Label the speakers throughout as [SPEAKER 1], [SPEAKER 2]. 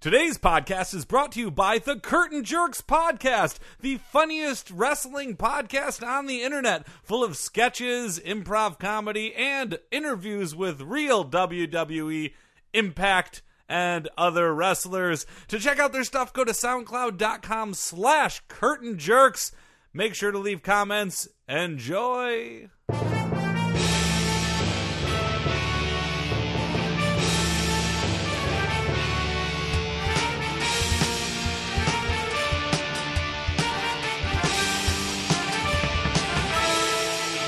[SPEAKER 1] Today's podcast is brought to you by the Curtain Jerks Podcast, the funniest wrestling podcast on the internet, full of sketches, improv comedy, and interviews with real WWE, Impact, and other wrestlers. To check out their stuff, go to soundcloud.com slash curtain jerks. Make sure to leave comments. Enjoy.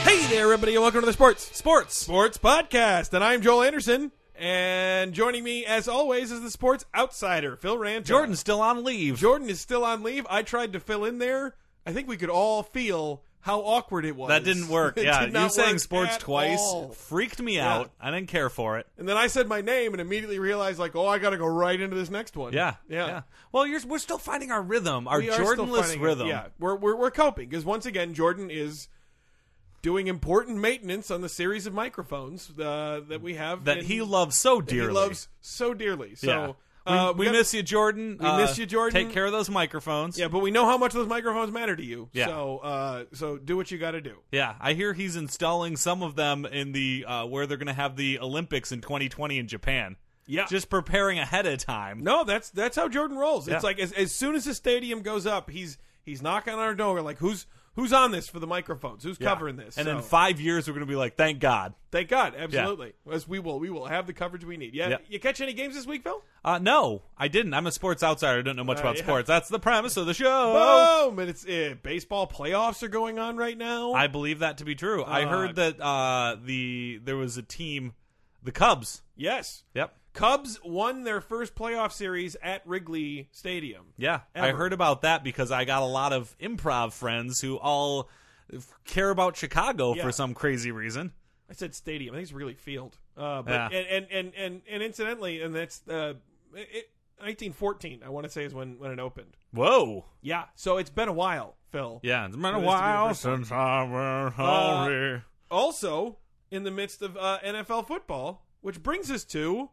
[SPEAKER 2] Hey there, everybody, and welcome to the Sports
[SPEAKER 1] Sports.
[SPEAKER 2] Sports Podcast. And I'm Joel Anderson, and joining me, as always, is the Sports Outsider, Phil Rand.
[SPEAKER 1] Jordan's still on leave.
[SPEAKER 2] Jordan is still on leave. I tried to fill in there. I think we could all feel how awkward it was.
[SPEAKER 1] That didn't work.
[SPEAKER 2] It
[SPEAKER 1] Yeah,
[SPEAKER 2] did not
[SPEAKER 1] you saying
[SPEAKER 2] work
[SPEAKER 1] sports
[SPEAKER 2] at
[SPEAKER 1] twice
[SPEAKER 2] all.
[SPEAKER 1] freaked me
[SPEAKER 2] Yeah.
[SPEAKER 1] out. I didn't care for it.
[SPEAKER 2] And then I said my name and immediately realized, like, oh, I got to go right into this next one.
[SPEAKER 1] Yeah,
[SPEAKER 2] yeah.
[SPEAKER 1] Well, you're, we're still finding our rhythm, our
[SPEAKER 2] We are still
[SPEAKER 1] Jordanless
[SPEAKER 2] finding it.
[SPEAKER 1] rhythm.
[SPEAKER 2] Yeah, we're we're, we're coping because once again, Jordan is. Doing important maintenance on the series of microphones uh, that we have
[SPEAKER 1] that
[SPEAKER 2] in-
[SPEAKER 1] he loves so
[SPEAKER 2] he
[SPEAKER 1] dearly.
[SPEAKER 2] loves so dearly. So
[SPEAKER 1] Yeah.
[SPEAKER 2] uh,
[SPEAKER 1] we, we
[SPEAKER 2] got-
[SPEAKER 1] miss you, Jordan. We
[SPEAKER 2] miss you, Jordan.
[SPEAKER 1] Take care of those microphones.
[SPEAKER 2] Yeah, but we know how much those microphones matter to you.
[SPEAKER 1] Yeah.
[SPEAKER 2] So uh, so do what you got to do.
[SPEAKER 1] Yeah, I hear he's installing some of them in the uh, where they're going to have the Olympics in 2020 in Japan.
[SPEAKER 2] Yeah.
[SPEAKER 1] Just preparing ahead of time.
[SPEAKER 2] No, that's that's how Jordan rolls.
[SPEAKER 1] Yeah.
[SPEAKER 2] It's like as, as soon as the stadium goes up, he's he's knocking on our door like who's who's on this for the microphones? Who's
[SPEAKER 1] Yeah.
[SPEAKER 2] covering this?
[SPEAKER 1] And
[SPEAKER 2] so,
[SPEAKER 1] in five years, we're going to be like, thank God.
[SPEAKER 2] thank God, absolutely. As we will we will have the coverage we need. Yeah.
[SPEAKER 1] Yeah.
[SPEAKER 2] You catch any games this week, Phil?
[SPEAKER 1] Uh, no, I didn't. I'm a sports outsider. I don't know much
[SPEAKER 2] Uh,
[SPEAKER 1] about
[SPEAKER 2] yeah.
[SPEAKER 1] sports. That's the premise of the show.
[SPEAKER 2] Oh, but it's uh, baseball playoffs are going on right now.
[SPEAKER 1] I believe that to be true. I
[SPEAKER 2] Uh,
[SPEAKER 1] heard that uh, the there was a team, the Cubs.
[SPEAKER 2] yes.
[SPEAKER 1] Yep.
[SPEAKER 2] Cubs won their first playoff series at Wrigley Stadium.
[SPEAKER 1] Yeah, I
[SPEAKER 2] Ever.
[SPEAKER 1] heard about that because I got a lot of improv friends who all f- care about Chicago
[SPEAKER 2] Yeah.
[SPEAKER 1] for some crazy reason.
[SPEAKER 2] I said stadium. I think it's really field. Uh, but
[SPEAKER 1] Yeah.
[SPEAKER 2] and, and and and and incidentally, and that's uh, it, 1914. I want to say is when when it opened.
[SPEAKER 1] Whoa.
[SPEAKER 2] Yeah. So it's been a while, Phil.
[SPEAKER 1] Yeah, it's been
[SPEAKER 2] For
[SPEAKER 1] a
[SPEAKER 2] this to be the
[SPEAKER 1] while
[SPEAKER 2] first one.
[SPEAKER 1] since I were hungry.
[SPEAKER 2] Also, in the midst of uh, NFL football, which brings us to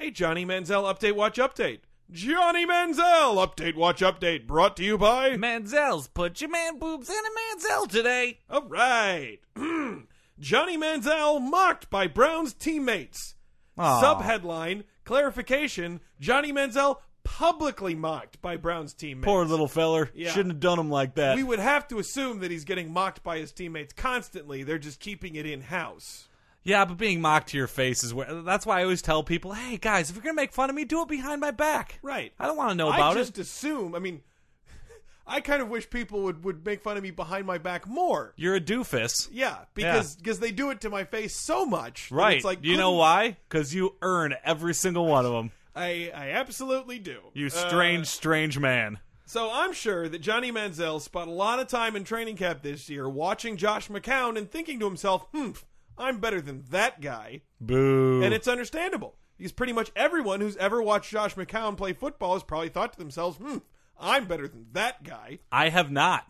[SPEAKER 2] a Johnny Manziel update. Watch update. Johnny Manziel update. Watch update. Brought to you by
[SPEAKER 1] Manzel's put your man boobs in a Manzel today.
[SPEAKER 2] All right. Johnny Manziel mocked by Brown's teammates.
[SPEAKER 1] Aw.
[SPEAKER 2] Subheadline clarification: Johnny Manziel publicly mocked by Brown's teammates.
[SPEAKER 1] Poor little feller.
[SPEAKER 2] Yeah.
[SPEAKER 1] Shouldn't have done him like that.
[SPEAKER 2] we would have to assume that he's getting mocked by his teammates constantly. They're just keeping it in house.
[SPEAKER 1] yeah, but being mocked to your face is where. That's why I always tell people, hey, guys, if you're going to make fun of me, do it behind my back.
[SPEAKER 2] Right.
[SPEAKER 1] I don't want to know about
[SPEAKER 2] I
[SPEAKER 1] it.
[SPEAKER 2] just assume. I mean, I kind of wish people would would make fun of me behind my back more.
[SPEAKER 1] You're a doofus.
[SPEAKER 2] Yeah, because because they do it to my face so much. that
[SPEAKER 1] Right.
[SPEAKER 2] It's like
[SPEAKER 1] you know
[SPEAKER 2] couldn't-
[SPEAKER 1] why? Because you earn every single one of them.
[SPEAKER 2] I I absolutely do.
[SPEAKER 1] You
[SPEAKER 2] Uh,
[SPEAKER 1] strange, strange man.
[SPEAKER 2] So I'm sure that Johnny Manziel spent a lot of time in training camp this year watching Josh McCown and thinking to himself, hmm, I'm better than that guy.
[SPEAKER 1] Boo.
[SPEAKER 2] And it's understandable. Because pretty much everyone who's ever watched Josh McCown play football has probably thought to themselves, hmm, I'm better than that guy.
[SPEAKER 1] I have not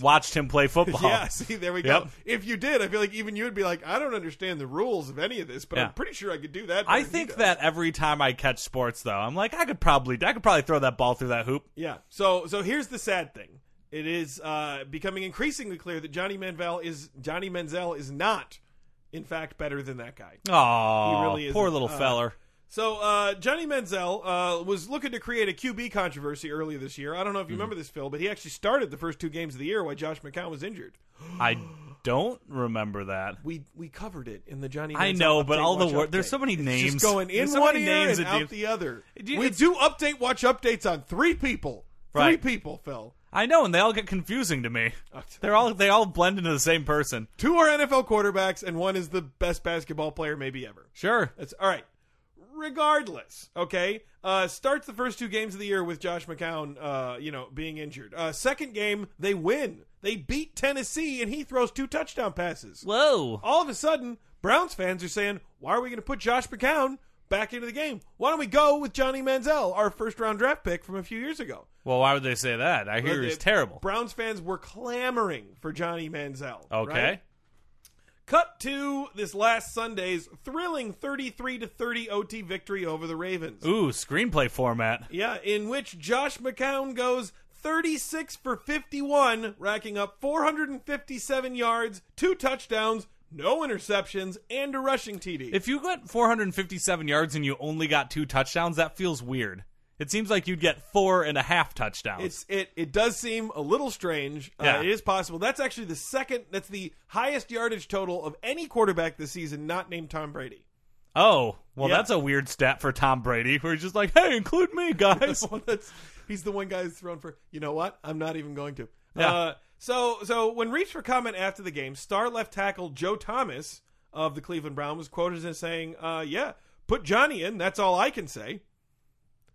[SPEAKER 1] watched him play football.
[SPEAKER 2] Yeah, see, there we go.
[SPEAKER 1] Yep.
[SPEAKER 2] If you did, I feel like even you would be like, I don't understand the rules of any of this, but
[SPEAKER 1] Yeah.
[SPEAKER 2] I'm pretty sure I could do that. better
[SPEAKER 1] I
[SPEAKER 2] than he
[SPEAKER 1] think
[SPEAKER 2] does."
[SPEAKER 1] that every time I catch sports, though, I'm like, I could probably, I could probably throw that ball through that hoop.
[SPEAKER 2] Yeah. So so here's the sad thing. It is uh, becoming increasingly clear that Johnny Manziel is Johnny Manziel is not, in fact, better than that guy.
[SPEAKER 1] Oh,
[SPEAKER 2] He really is
[SPEAKER 1] poor
[SPEAKER 2] an-
[SPEAKER 1] little
[SPEAKER 2] uh,
[SPEAKER 1] feller.
[SPEAKER 2] So uh, Johnny Manziel uh, was looking to create a QB controversy earlier this year. I don't know
[SPEAKER 1] Mhm.
[SPEAKER 2] if you remember this, Phil, but he actually started the first two games of the year while Josh McCown was injured.
[SPEAKER 1] I don't remember that.
[SPEAKER 2] We we covered it in the Johnny. Manziel
[SPEAKER 1] I know, but
[SPEAKER 2] update,
[SPEAKER 1] all the
[SPEAKER 2] watch
[SPEAKER 1] wor- there's
[SPEAKER 2] update.
[SPEAKER 1] so many
[SPEAKER 2] It's
[SPEAKER 1] names.
[SPEAKER 2] just going in
[SPEAKER 1] There's so
[SPEAKER 2] one
[SPEAKER 1] many
[SPEAKER 2] ear
[SPEAKER 1] names
[SPEAKER 2] and
[SPEAKER 1] at the-
[SPEAKER 2] out the other.
[SPEAKER 1] Do you-
[SPEAKER 2] we
[SPEAKER 1] it's-
[SPEAKER 2] do update watch updates on three people.
[SPEAKER 1] Right.
[SPEAKER 2] Three people, Phil.
[SPEAKER 1] I know, and they all get confusing to me. They're all they all blend into the same person.
[SPEAKER 2] Two are NFL quarterbacks, and one is the best basketball player maybe ever.
[SPEAKER 1] Sure.
[SPEAKER 2] That's all right. Regardless, okay. Uh, starts the first two games of the year with Josh McCown, uh, you know, being injured. Uh, second game, they win. They beat Tennessee, and he throws two touchdown passes.
[SPEAKER 1] Whoa.
[SPEAKER 2] All of a sudden, Browns fans are saying, "Why are we going to put Josh McCown back into the game? Why don't we go with Johnny Manziel, our first round draft pick from a few years ago?" Uh,
[SPEAKER 1] Well, why would they say that? I hear
[SPEAKER 2] The
[SPEAKER 1] he's terrible.
[SPEAKER 2] Browns fans were clamoring for Johnny Manziel.
[SPEAKER 1] Okay.
[SPEAKER 2] right? Cut to this last Sunday's thrilling 33 to 30 OT victory over the Ravens.
[SPEAKER 1] Ooh, screenplay format.
[SPEAKER 2] Yeah, in which Josh McCown goes 36 for 51, racking up 457 yards, two touchdowns, no interceptions, and a rushing TD.
[SPEAKER 1] If you got 457 yards and you only got two touchdowns, that feels weird. It seems like you'd get four and a half touchdowns.
[SPEAKER 2] it's it it does seem a little strange.
[SPEAKER 1] Yeah.
[SPEAKER 2] Uh, it is possible. That's actually the second. That's the highest yardage total of any quarterback this season, not named Tom Brady.
[SPEAKER 1] oh, well,
[SPEAKER 2] Yeah.
[SPEAKER 1] that's a weird stat for Tom Brady, where he's just like, hey, include me, guys.
[SPEAKER 2] Well, that's- he's the one guy who's thrown for. You know what? I'm not even going to.
[SPEAKER 1] Yeah.
[SPEAKER 2] Uh, so so when reached for comment after the game, star left tackle Joe Thomas of the Cleveland Browns was quoted as saying, uh, "Yeah, put Johnny in. That's all I can say.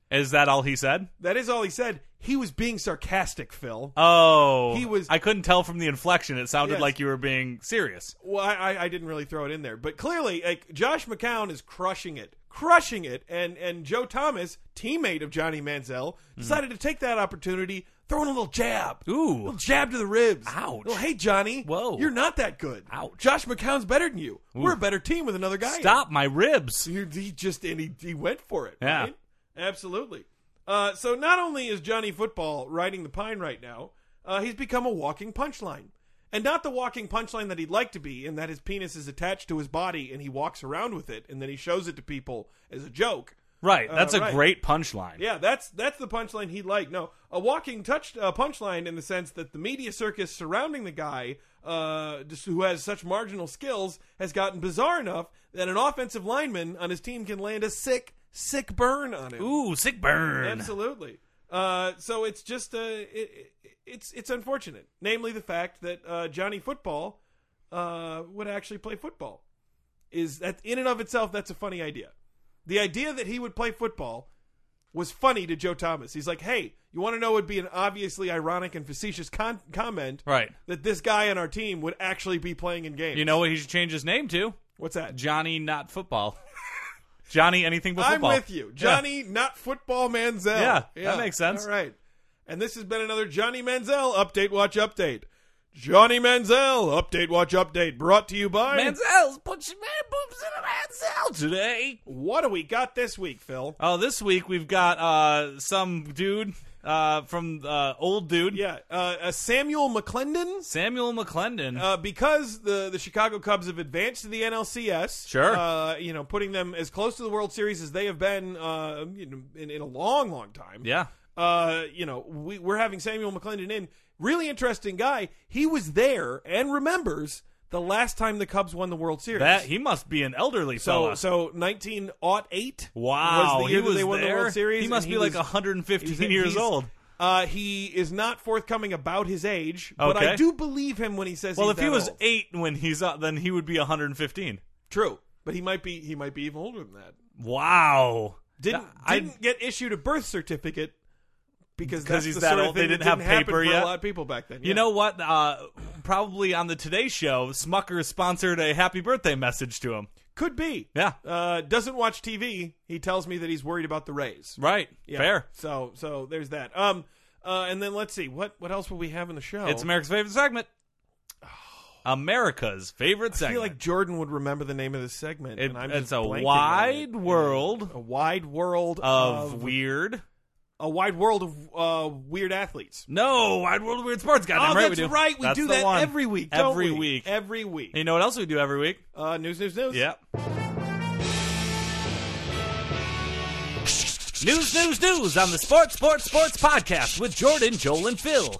[SPEAKER 1] Is that all he said?
[SPEAKER 2] That is all he said. He was being sarcastic, Phil.
[SPEAKER 1] Oh,
[SPEAKER 2] He was-
[SPEAKER 1] I couldn't tell from the inflection. It sounded
[SPEAKER 2] Yes.
[SPEAKER 1] like you were being serious.
[SPEAKER 2] Well, I, I, I didn't really throw it in there, but clearly, like Josh McCown is crushing it, crushing it, and and Joe Thomas, teammate of Johnny Manziel, decided to take that opportunity, throwing a little jab,
[SPEAKER 1] Mm-hmm.
[SPEAKER 2] a
[SPEAKER 1] Ooh,
[SPEAKER 2] little jab to the ribs.
[SPEAKER 1] Ouch.
[SPEAKER 2] Well, hey Johnny,
[SPEAKER 1] Whoa.
[SPEAKER 2] you're not that good.
[SPEAKER 1] Ouch.
[SPEAKER 2] Josh McCown's better than you. We're a better team with another guy. in.
[SPEAKER 1] stop my ribs.
[SPEAKER 2] He, he just and he, he went for it.
[SPEAKER 1] Yeah.
[SPEAKER 2] right? absolutely. Uh, so not only is Johnny Football riding the pine right now, uh, he's become a walking punchline, and not the walking punchline that he'd like to be, in that his penis is attached to his body and he walks around with it, and then he shows it to people as a joke.
[SPEAKER 1] Right, that's a
[SPEAKER 2] Uh, right.
[SPEAKER 1] great punchline.
[SPEAKER 2] Yeah, that's that's the punchline he'd like. No, a walking touch uh, punchline in the sense that the media circus surrounding the guy, uh, just who has such marginal skills, has gotten bizarre enough that an offensive lineman on his team can land a sick, sick burn on him.
[SPEAKER 1] Ooh, sick burn.
[SPEAKER 2] Absolutely. Uh, so it's just uh, it, it, it's it's unfortunate, namely the fact that uh, Johnny Football uh, would actually play football. Is that in and of itself? That's a funny idea. The idea that he would play football was funny to Joe Thomas. He's like, "Hey, you want to know? Would be an obviously ironic and facetious con- comment
[SPEAKER 1] Right.
[SPEAKER 2] that this guy on our team would actually be playing in games.
[SPEAKER 1] You know what he should change his name to?
[SPEAKER 2] what's that?
[SPEAKER 1] Johnny Not Football. Johnny Anything But
[SPEAKER 2] I'm
[SPEAKER 1] Football.
[SPEAKER 2] with you. Johnny, not football Manziel.
[SPEAKER 1] Yeah, that makes sense.
[SPEAKER 2] All right. And this has been another Johnny Manziel Update Watch Update. Johnny Manziel Update Watch Update brought to you by.
[SPEAKER 1] Manziel's put your man boobs in a Manziel today.
[SPEAKER 2] what do we got this week, Phil?
[SPEAKER 1] Oh, this week we've got uh some dude uh from uh old dude
[SPEAKER 2] Yeah, uh, uh, Samuel McClendon.
[SPEAKER 1] Samuel McClendon.
[SPEAKER 2] Uh, because the, the Chicago Cubs have advanced to the NLCS,
[SPEAKER 1] Sure.
[SPEAKER 2] uh, you know, putting them as close to the World Series as they have been uh, you know, in, in a long, long time.
[SPEAKER 1] yeah.
[SPEAKER 2] uh, you know, we, we're having Samuel McClendon in. Really interesting guy. He was there and remembers the last time the Cubs won the World Series.
[SPEAKER 1] That he must be an elderly
[SPEAKER 2] so
[SPEAKER 1] fella.
[SPEAKER 2] so 1908.
[SPEAKER 1] wow,
[SPEAKER 2] was the year
[SPEAKER 1] he was
[SPEAKER 2] that they won
[SPEAKER 1] there.
[SPEAKER 2] the World Series.
[SPEAKER 1] he must
[SPEAKER 2] and
[SPEAKER 1] be like
[SPEAKER 2] was-
[SPEAKER 1] 115
[SPEAKER 2] he's-
[SPEAKER 1] years
[SPEAKER 2] he's-
[SPEAKER 1] old.
[SPEAKER 2] Uh, he is not forthcoming about his age, but
[SPEAKER 1] Okay.
[SPEAKER 2] I do believe him when he says.
[SPEAKER 1] Well,
[SPEAKER 2] he's
[SPEAKER 1] if he
[SPEAKER 2] that
[SPEAKER 1] was
[SPEAKER 2] old.
[SPEAKER 1] 8 when he's up, then he would be 115.
[SPEAKER 2] true, but he might be he might be even older than that.
[SPEAKER 1] Wow.
[SPEAKER 2] Didn't
[SPEAKER 1] I-
[SPEAKER 2] didn't get issued a birth certificate because that's
[SPEAKER 1] he's
[SPEAKER 2] the
[SPEAKER 1] that
[SPEAKER 2] sort of
[SPEAKER 1] old. They
[SPEAKER 2] thing that
[SPEAKER 1] didn't have
[SPEAKER 2] happen
[SPEAKER 1] paper
[SPEAKER 2] for
[SPEAKER 1] yet?
[SPEAKER 2] A lot of people back then.
[SPEAKER 1] You
[SPEAKER 2] yeah.
[SPEAKER 1] know what? Uh, probably on the Today Show, Smucker sponsored a happy birthday message to him.
[SPEAKER 2] could be.
[SPEAKER 1] Yeah,
[SPEAKER 2] uh, doesn't watch TV. He tells me that he's worried about the Rays.
[SPEAKER 1] right.
[SPEAKER 2] Yeah.
[SPEAKER 1] Fair.
[SPEAKER 2] So so there's that. Um, uh, and then let's see what what else will we have in the show.
[SPEAKER 1] It's America's favorite segment. America's favorite
[SPEAKER 2] I
[SPEAKER 1] segment.
[SPEAKER 2] feel like Jordan would remember the name of this segment.
[SPEAKER 1] It-
[SPEAKER 2] and I'm
[SPEAKER 1] it's
[SPEAKER 2] just
[SPEAKER 1] a
[SPEAKER 2] blanking on
[SPEAKER 1] wide
[SPEAKER 2] it.
[SPEAKER 1] world
[SPEAKER 2] a wide world
[SPEAKER 1] of weird.
[SPEAKER 2] a wide world of uh, weird athletes.
[SPEAKER 1] No, wide world of weird sports. Goddamn
[SPEAKER 2] oh,
[SPEAKER 1] right,
[SPEAKER 2] that's
[SPEAKER 1] we do.
[SPEAKER 2] right. We
[SPEAKER 1] That's
[SPEAKER 2] do
[SPEAKER 1] the
[SPEAKER 2] that
[SPEAKER 1] one.
[SPEAKER 2] every week. don't
[SPEAKER 1] Every
[SPEAKER 2] we?
[SPEAKER 1] week.
[SPEAKER 2] Every week.
[SPEAKER 1] And you know what else we do every week?
[SPEAKER 2] Uh, news, news, news.
[SPEAKER 1] Yep. news, news, news on the Sports, Sports, Sports podcast with Jordan, Joel, and Phil.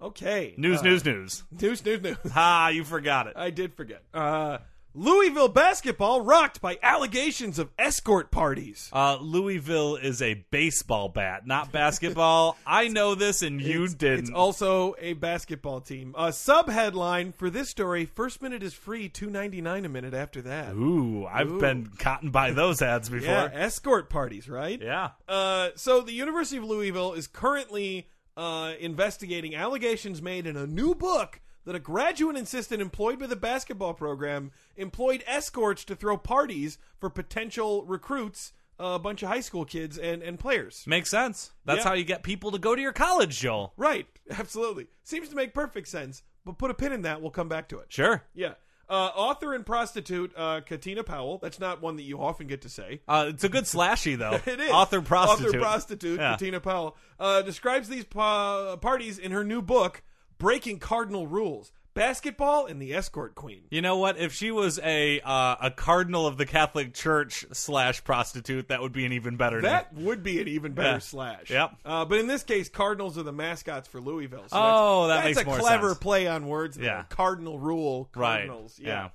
[SPEAKER 2] Okay.
[SPEAKER 1] News,
[SPEAKER 2] Uh,
[SPEAKER 1] news, news.
[SPEAKER 2] news, news, news.
[SPEAKER 1] Ha, you forgot it.
[SPEAKER 2] I did forget. Uh, Louisville basketball rocked by allegations of escort parties.
[SPEAKER 1] Uh, Louisville is a baseball bat, not basketball. I know this, and you didn't.
[SPEAKER 2] It's also a basketball team. A sub headline for this story: First minute is free, two ninety nine a minute after that.
[SPEAKER 1] Ooh, I've been cotton by those ads before.
[SPEAKER 2] Yeah, escort parties, right?
[SPEAKER 1] Yeah.
[SPEAKER 2] Uh, so the University of Louisville is currently uh, investigating allegations made in a new book that a graduate assistant employed by the basketball program employed escorts to throw parties for potential recruits, uh, a bunch of high school kids and and players.
[SPEAKER 1] Makes sense. That's
[SPEAKER 2] Yeah.
[SPEAKER 1] how you get people to go to your college, Joel.
[SPEAKER 2] Right, absolutely. Seems to make perfect sense, but put a pin in that. We'll come back to it.
[SPEAKER 1] Sure.
[SPEAKER 2] Yeah. Uh, author and prostitute uh, Katina Powell. That's not one that you often get to say.
[SPEAKER 1] Uh, it's a good slashy though.
[SPEAKER 2] It is
[SPEAKER 1] author prostitute.
[SPEAKER 2] Author prostitute
[SPEAKER 1] Yeah.
[SPEAKER 2] Katina Powell uh, describes these pa- parties in her new book, "Breaking Cardinal Rules: Basketball and the Escort Queen."
[SPEAKER 1] You know what? If she was a uh, a cardinal of the Catholic Church slash prostitute, that would be an even better name.
[SPEAKER 2] That would be an even better
[SPEAKER 1] Yeah.
[SPEAKER 2] slash.
[SPEAKER 1] Yep.
[SPEAKER 2] Uh, but in this case, Cardinals are the mascots for Louisville. So
[SPEAKER 1] Oh,
[SPEAKER 2] that's,
[SPEAKER 1] that
[SPEAKER 2] that's
[SPEAKER 1] makes
[SPEAKER 2] a
[SPEAKER 1] more
[SPEAKER 2] clever
[SPEAKER 1] sense.
[SPEAKER 2] play on words. There.
[SPEAKER 1] Yeah.
[SPEAKER 2] Cardinal rule.
[SPEAKER 1] Right.
[SPEAKER 2] Cardinals. Yeah.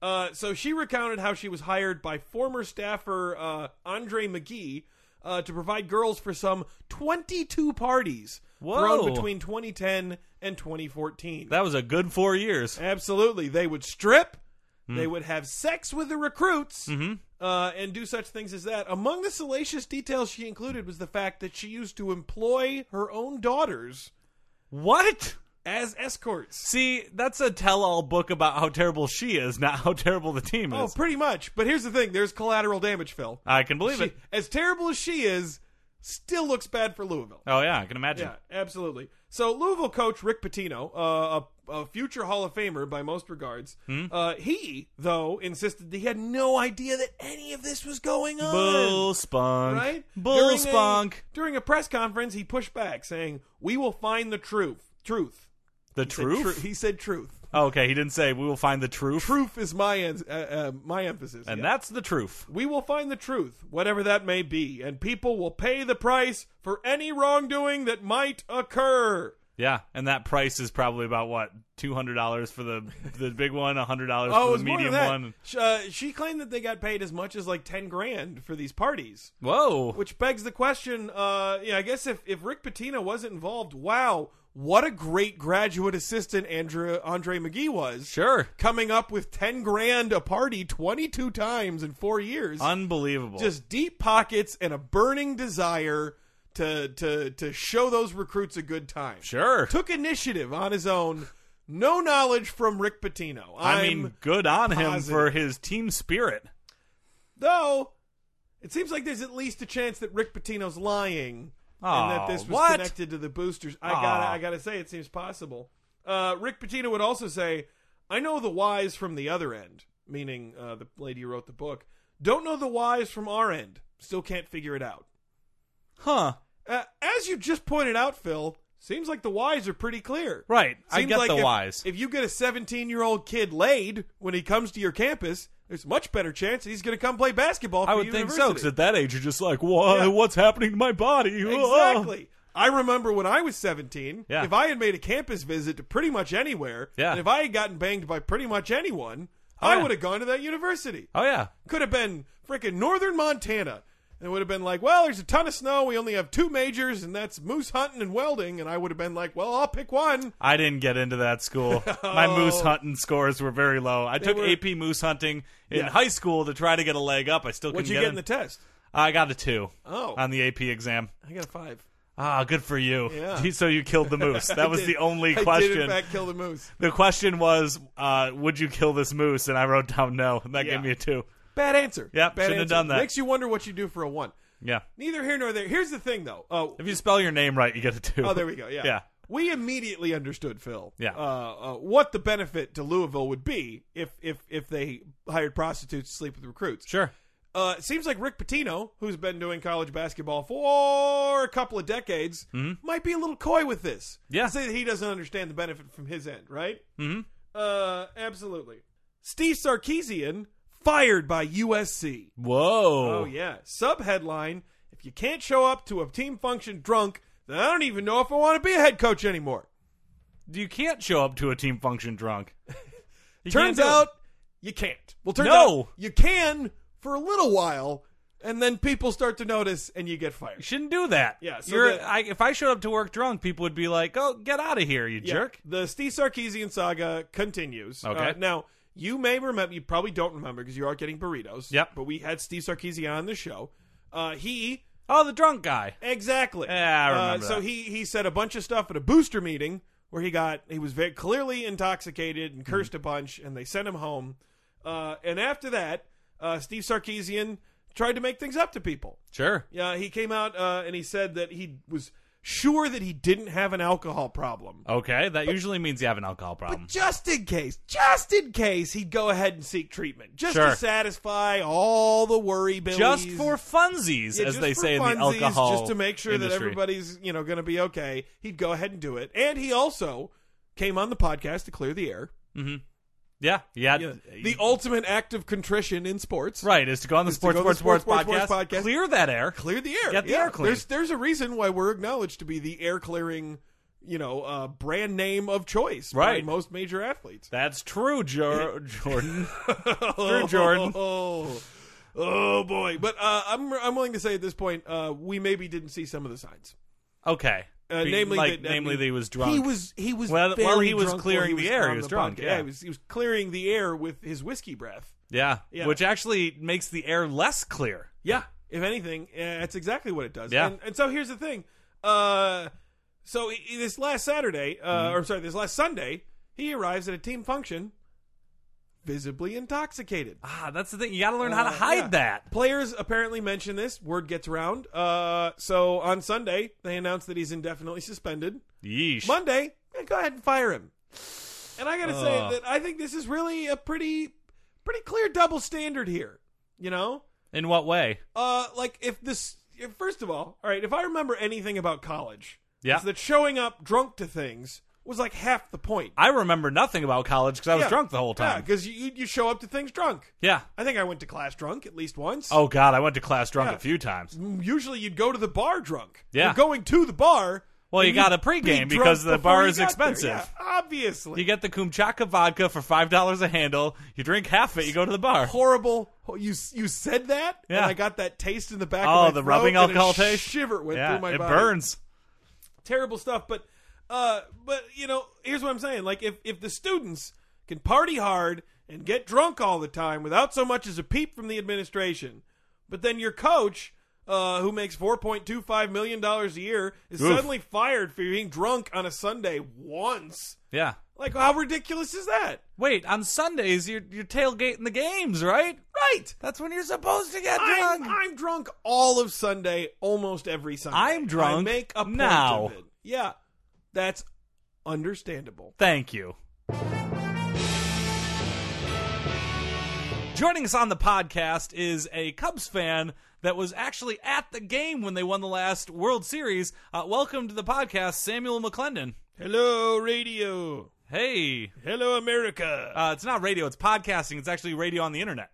[SPEAKER 2] Uh, so she recounted how she was hired by former staffer uh, Andre McGee uh, to provide girls for some 22 parties
[SPEAKER 1] Whoa.
[SPEAKER 2] thrown between 2010 and 2014.
[SPEAKER 1] That was a good four years.
[SPEAKER 2] Absolutely. They would strip.
[SPEAKER 1] Hmm.
[SPEAKER 2] They would have sex with the recruits
[SPEAKER 1] Mm-hmm.
[SPEAKER 2] uh, and do such things as that. Among the salacious details she included was the fact that she used to employ her own daughters
[SPEAKER 1] What?
[SPEAKER 2] as escorts.
[SPEAKER 1] See, that's a tell-all book about how terrible she is, not how terrible the team
[SPEAKER 2] Oh,
[SPEAKER 1] is.
[SPEAKER 2] pretty much. But here's the thing there's collateral damage, Phil.
[SPEAKER 1] I can believe
[SPEAKER 2] She,
[SPEAKER 1] it.
[SPEAKER 2] as terrible as she is, still looks bad for Louisville.
[SPEAKER 1] Oh yeah, I can imagine.
[SPEAKER 2] Yeah, absolutely. So Louisville coach Rick Pitino, uh, a, a future Hall of Famer by most regards,
[SPEAKER 1] Hmm?
[SPEAKER 2] uh, he though insisted that he had no idea that any of this was going on.
[SPEAKER 1] Bull spunk.
[SPEAKER 2] Right?
[SPEAKER 1] Bull
[SPEAKER 2] During a-
[SPEAKER 1] spunk.
[SPEAKER 2] during a press conference, he pushed back, saying, "We will find the truth. Truth.
[SPEAKER 1] the
[SPEAKER 2] Said
[SPEAKER 1] truth.
[SPEAKER 2] tru- he said, "Truth.
[SPEAKER 1] Oh, okay, he didn't say we will find the truth,
[SPEAKER 2] Truth is my en- uh, uh, my emphasis.
[SPEAKER 1] and
[SPEAKER 2] yeah.
[SPEAKER 1] that's the truth.
[SPEAKER 2] we will find the truth, whatever that may be, and people will pay the price for any wrongdoing that might occur."
[SPEAKER 1] Yeah, and that price is probably about what two hundred dollars for the the big one, hundred dollars
[SPEAKER 2] Oh, it
[SPEAKER 1] for
[SPEAKER 2] was
[SPEAKER 1] the
[SPEAKER 2] more than
[SPEAKER 1] medium
[SPEAKER 2] that.
[SPEAKER 1] one.
[SPEAKER 2] Sh- uh, she claimed that they got paid as much as like ten grand for these parties,
[SPEAKER 1] Whoa,
[SPEAKER 2] which begs the question. Uh, yeah, I guess if if Rick Pitino wasn't involved, wow, what a great graduate assistant Andrew Andre McGee was.
[SPEAKER 1] sure,
[SPEAKER 2] Coming up with ten grand a party twenty two times in four years,
[SPEAKER 1] unbelievable.
[SPEAKER 2] just deep pockets and a burning desire to to to show those recruits a good time.
[SPEAKER 1] sure.
[SPEAKER 2] Took initiative on his own, no knowledge from Rick Pitino.
[SPEAKER 1] I
[SPEAKER 2] I'm-
[SPEAKER 1] mean, good on him
[SPEAKER 2] positive.
[SPEAKER 1] for his team spirit.
[SPEAKER 2] Though it seems like there's at least a chance that Rick Pitino's lying and that
[SPEAKER 1] Aw,
[SPEAKER 2] this was
[SPEAKER 1] what?
[SPEAKER 2] connected to the boosters. I
[SPEAKER 1] Aw.
[SPEAKER 2] gotta I gotta say it seems possible. Uh, Rick Pitino would also say, I know the whys from the other end, meaning uh, the lady who wrote the book. Don't know the whys from our end. Still can't figure it out.
[SPEAKER 1] Huh.
[SPEAKER 2] Uh, as you just pointed out, Phil, seems like the whys are pretty clear.
[SPEAKER 1] Right. I
[SPEAKER 2] Seems
[SPEAKER 1] get
[SPEAKER 2] like
[SPEAKER 1] the
[SPEAKER 2] if,
[SPEAKER 1] whys.
[SPEAKER 2] If you get a 17 year old kid laid when he comes to your campus, there's much better chance that he's going to come play basketball. For
[SPEAKER 1] I would
[SPEAKER 2] your
[SPEAKER 1] think so,
[SPEAKER 2] university.
[SPEAKER 1] because at that age, you're just like, "Why?
[SPEAKER 2] Yeah.
[SPEAKER 1] What's happening to my body?" Whoa."
[SPEAKER 2] Exactly. I remember when I was 17,
[SPEAKER 1] Yeah.
[SPEAKER 2] if I had made a campus visit to pretty much anywhere,
[SPEAKER 1] Yeah.
[SPEAKER 2] and if I had gotten banged by pretty much anyone,
[SPEAKER 1] Oh,
[SPEAKER 2] I
[SPEAKER 1] yeah.
[SPEAKER 2] would have gone to that university.
[SPEAKER 1] Oh yeah.
[SPEAKER 2] Could have been frickin' northern Montana. And it would have been like, well, there's a ton of snow. We only have two majors, and that's moose hunting and welding. And I would have been like, well, I'll pick one.
[SPEAKER 1] I didn't get into that school. My moose hunting scores were very low. I took
[SPEAKER 2] Oh. were-
[SPEAKER 1] AP moose hunting in
[SPEAKER 2] Yeah.
[SPEAKER 1] high school to try to get a leg up. I still
[SPEAKER 2] What'd
[SPEAKER 1] couldn't
[SPEAKER 2] you
[SPEAKER 1] get,
[SPEAKER 2] get
[SPEAKER 1] in.
[SPEAKER 2] in the test?
[SPEAKER 1] I got a two
[SPEAKER 2] Oh.
[SPEAKER 1] on the AP exam.
[SPEAKER 2] I got a five.
[SPEAKER 1] Ah, good for you.
[SPEAKER 2] Yeah.
[SPEAKER 1] You- So you killed the moose. That was
[SPEAKER 2] Did-
[SPEAKER 1] the only
[SPEAKER 2] I did, in
[SPEAKER 1] question.
[SPEAKER 2] fact, kill the moose.
[SPEAKER 1] The question was, uh, would you kill this moose? And I wrote down no, and that
[SPEAKER 2] Yeah.
[SPEAKER 1] gave me a two.
[SPEAKER 2] Bad answer.
[SPEAKER 1] Yep,
[SPEAKER 2] Bad
[SPEAKER 1] shouldn't have
[SPEAKER 2] answer.
[SPEAKER 1] done that.
[SPEAKER 2] Makes you wonder what you do for a one.
[SPEAKER 1] Yeah.
[SPEAKER 2] Neither here nor there. Here's the thing, though. Oh,
[SPEAKER 1] If you spell your name right, you get a two.
[SPEAKER 2] Oh, there we go. Yeah.
[SPEAKER 1] Yeah.
[SPEAKER 2] We immediately understood, Phil.
[SPEAKER 1] Yeah.
[SPEAKER 2] Uh, uh, what the benefit to Louisville would be if if if they hired prostitutes to sleep with recruits.
[SPEAKER 1] Sure.
[SPEAKER 2] Uh, it seems like Rick Pitino, who's been doing college basketball for a couple of decades, might be a little coy with this.
[SPEAKER 1] Mm-hmm. Yeah.
[SPEAKER 2] Say that he doesn't understand the benefit from his end, right? Mm-hmm. Uh, absolutely. Steve Sarkeesian fired by USC.
[SPEAKER 1] Whoa.
[SPEAKER 2] Oh yeah. Sub headline: If you can't show up to a team function drunk, then I don't even know if I want to be a head coach anymore.
[SPEAKER 1] You can't show up to a team function drunk. You can't
[SPEAKER 2] turns
[SPEAKER 1] do it.
[SPEAKER 2] out you can't. Well, turns
[SPEAKER 1] No.
[SPEAKER 2] out you can for a little while, and then people start to notice, and you get
[SPEAKER 1] You
[SPEAKER 2] fired.
[SPEAKER 1] shouldn't do that.
[SPEAKER 2] Yeah, so
[SPEAKER 1] You're,
[SPEAKER 2] the-
[SPEAKER 1] I, if I showed up to work drunk, people would be like, oh, get out of here, you
[SPEAKER 2] Yeah.
[SPEAKER 1] jerk.
[SPEAKER 2] The Steve Sarkeesian saga continues.
[SPEAKER 1] Okay.
[SPEAKER 2] Uh, now. You may remember, you probably don't remember because you are getting burritos.
[SPEAKER 1] Yep.
[SPEAKER 2] But we had Steve Sarkeesian on the show. Uh, he
[SPEAKER 1] Oh, the drunk guy.
[SPEAKER 2] Exactly.
[SPEAKER 1] Yeah, I
[SPEAKER 2] Uh,
[SPEAKER 1] remember
[SPEAKER 2] so
[SPEAKER 1] that.
[SPEAKER 2] he he said a bunch of stuff at a booster meeting where he got he was very clearly intoxicated
[SPEAKER 1] Mm-hmm.
[SPEAKER 2] and cursed a bunch, and they sent him home. Uh, and after that, uh, Steve Sarkeesian tried to make things up to people.
[SPEAKER 1] Sure.
[SPEAKER 2] Yeah, he came out uh, and he said that he was sure that he didn't have an alcohol problem.
[SPEAKER 1] Okay, that usually means you have an alcohol problem.
[SPEAKER 2] Just in case, just in case, he'd go ahead and seek treatment just
[SPEAKER 1] Sure.
[SPEAKER 2] to satisfy all the worry billies.
[SPEAKER 1] Just for funsies,
[SPEAKER 2] Yeah,
[SPEAKER 1] as
[SPEAKER 2] just
[SPEAKER 1] they
[SPEAKER 2] for
[SPEAKER 1] say in the
[SPEAKER 2] funsies,
[SPEAKER 1] alcohol
[SPEAKER 2] just to make sure that
[SPEAKER 1] industry.
[SPEAKER 2] everybody's you know going to be okay. He'd go ahead and do it, and he also came on the podcast to clear the air.
[SPEAKER 1] Yeah, yeah.
[SPEAKER 2] Yeah, the ultimate act of contrition in sports.
[SPEAKER 1] uh, right is to go on the
[SPEAKER 2] to go
[SPEAKER 1] sports,
[SPEAKER 2] to the
[SPEAKER 1] sports, sports,
[SPEAKER 2] Sports,
[SPEAKER 1] podcast,
[SPEAKER 2] Sports, Sports podcast.
[SPEAKER 1] clear that air.
[SPEAKER 2] Clear the air.
[SPEAKER 1] Get the
[SPEAKER 2] yeah.
[SPEAKER 1] air clean.
[SPEAKER 2] There's there's a reason why we're acknowledged to be the air clearing, you know, uh, brand name of choice
[SPEAKER 1] Right.
[SPEAKER 2] by most major athletes.
[SPEAKER 1] That's true, Jor- Jordan. true, Jordan.
[SPEAKER 2] Oh, oh boy. But uh, I'm I'm willing to say at this point, uh, we maybe didn't see some of the signs.
[SPEAKER 1] Okay,
[SPEAKER 2] Uh,
[SPEAKER 1] Be-
[SPEAKER 2] namely,
[SPEAKER 1] like,
[SPEAKER 2] that, I
[SPEAKER 1] namely,
[SPEAKER 2] mean,
[SPEAKER 1] that he was drunk.
[SPEAKER 2] He was he was
[SPEAKER 1] Well,
[SPEAKER 2] very
[SPEAKER 1] while he was
[SPEAKER 2] drunk
[SPEAKER 1] clearing
[SPEAKER 2] while
[SPEAKER 1] the air, he
[SPEAKER 2] on
[SPEAKER 1] was
[SPEAKER 2] the
[SPEAKER 1] drunk,
[SPEAKER 2] podcast.
[SPEAKER 1] yeah.
[SPEAKER 2] he was he was clearing the air with his whiskey breath.
[SPEAKER 1] yeah.
[SPEAKER 2] Yeah.
[SPEAKER 1] which actually makes the air less clear.
[SPEAKER 2] Yeah, if anything, uh, that's exactly what it does.
[SPEAKER 1] Yeah.
[SPEAKER 2] And, and so here's the thing. Uh, so i- i- this last Saturday,
[SPEAKER 1] Mm-hmm.
[SPEAKER 2] uh, or sorry, this last Sunday, he arrives at a team function visibly intoxicated.
[SPEAKER 1] Ah, that's the thing. You got to learn how to
[SPEAKER 2] Uh,
[SPEAKER 1] hide
[SPEAKER 2] yeah.
[SPEAKER 1] that.
[SPEAKER 2] Players apparently mention this. Word gets around. Uh, so on Sunday, they announce that he's indefinitely suspended.
[SPEAKER 1] Yeesh.
[SPEAKER 2] Monday, eh, go ahead and fire him. And I got to
[SPEAKER 1] Ugh.
[SPEAKER 2] say that I think this is really a pretty, pretty clear double standard here. You know,
[SPEAKER 1] In what way?
[SPEAKER 2] uh, like if this, if, first of all, all right, if I remember anything about college,
[SPEAKER 1] Yeah.
[SPEAKER 2] it's that showing up drunk to things was like half the point.
[SPEAKER 1] I remember nothing about college because I was
[SPEAKER 2] Yeah.
[SPEAKER 1] drunk the whole
[SPEAKER 2] Yeah,
[SPEAKER 1] time.
[SPEAKER 2] because you you show up to things drunk.
[SPEAKER 1] Yeah.
[SPEAKER 2] I think I went to class drunk at least once.
[SPEAKER 1] Oh God, I went to class drunk
[SPEAKER 2] Yeah.
[SPEAKER 1] a few times.
[SPEAKER 2] usually you'd go to the bar drunk.
[SPEAKER 1] Yeah.
[SPEAKER 2] You're going to the bar.
[SPEAKER 1] Well,
[SPEAKER 2] and
[SPEAKER 1] you got a
[SPEAKER 2] you'd be
[SPEAKER 1] pregame
[SPEAKER 2] drunk
[SPEAKER 1] because the
[SPEAKER 2] before
[SPEAKER 1] bar
[SPEAKER 2] you
[SPEAKER 1] is
[SPEAKER 2] got there.
[SPEAKER 1] expensive.
[SPEAKER 2] Yeah, obviously.
[SPEAKER 1] You get the Kumchaka vodka for five dollars a handle. You drink half it. You go to the bar.
[SPEAKER 2] horrible. ho- You you said that,
[SPEAKER 1] Yeah.
[SPEAKER 2] and I got that taste in the back.
[SPEAKER 1] Oh,
[SPEAKER 2] of my
[SPEAKER 1] the
[SPEAKER 2] throat,
[SPEAKER 1] rubbing
[SPEAKER 2] and a
[SPEAKER 1] alcohol taste?
[SPEAKER 2] Shiver went
[SPEAKER 1] Yeah,
[SPEAKER 2] through my
[SPEAKER 1] it
[SPEAKER 2] body.
[SPEAKER 1] burns.
[SPEAKER 2] Terrible stuff. But uh, but you know, here's what I'm saying. Like if if the students can party hard and get drunk all the time without so much as a peep from the administration, but then your coach. Uh, who makes four point two five million dollars a year is
[SPEAKER 1] Oof.
[SPEAKER 2] suddenly fired for being drunk on a Sunday once?
[SPEAKER 1] Yeah.
[SPEAKER 2] Like, how ridiculous is that?
[SPEAKER 1] Wait, on Sundays you're you're tailgating the games, right?
[SPEAKER 2] Right.
[SPEAKER 1] That's when you're supposed to get
[SPEAKER 2] I'm,
[SPEAKER 1] drunk.
[SPEAKER 2] I'm drunk all of Sunday, almost every Sunday.
[SPEAKER 1] I'm drunk
[SPEAKER 2] I make a point
[SPEAKER 1] now.
[SPEAKER 2] Of it. Yeah, that's understandable.
[SPEAKER 1] Thank you. Joining us on the podcast is a Cubs fan that was actually at the game when they won the last World Series. Uh, welcome to the podcast, Samuel McClendon.
[SPEAKER 2] Hello, radio.
[SPEAKER 1] Hey,
[SPEAKER 2] Hello, America.
[SPEAKER 1] uh, it's not radio; it's podcasting. It's actually radio on the internet.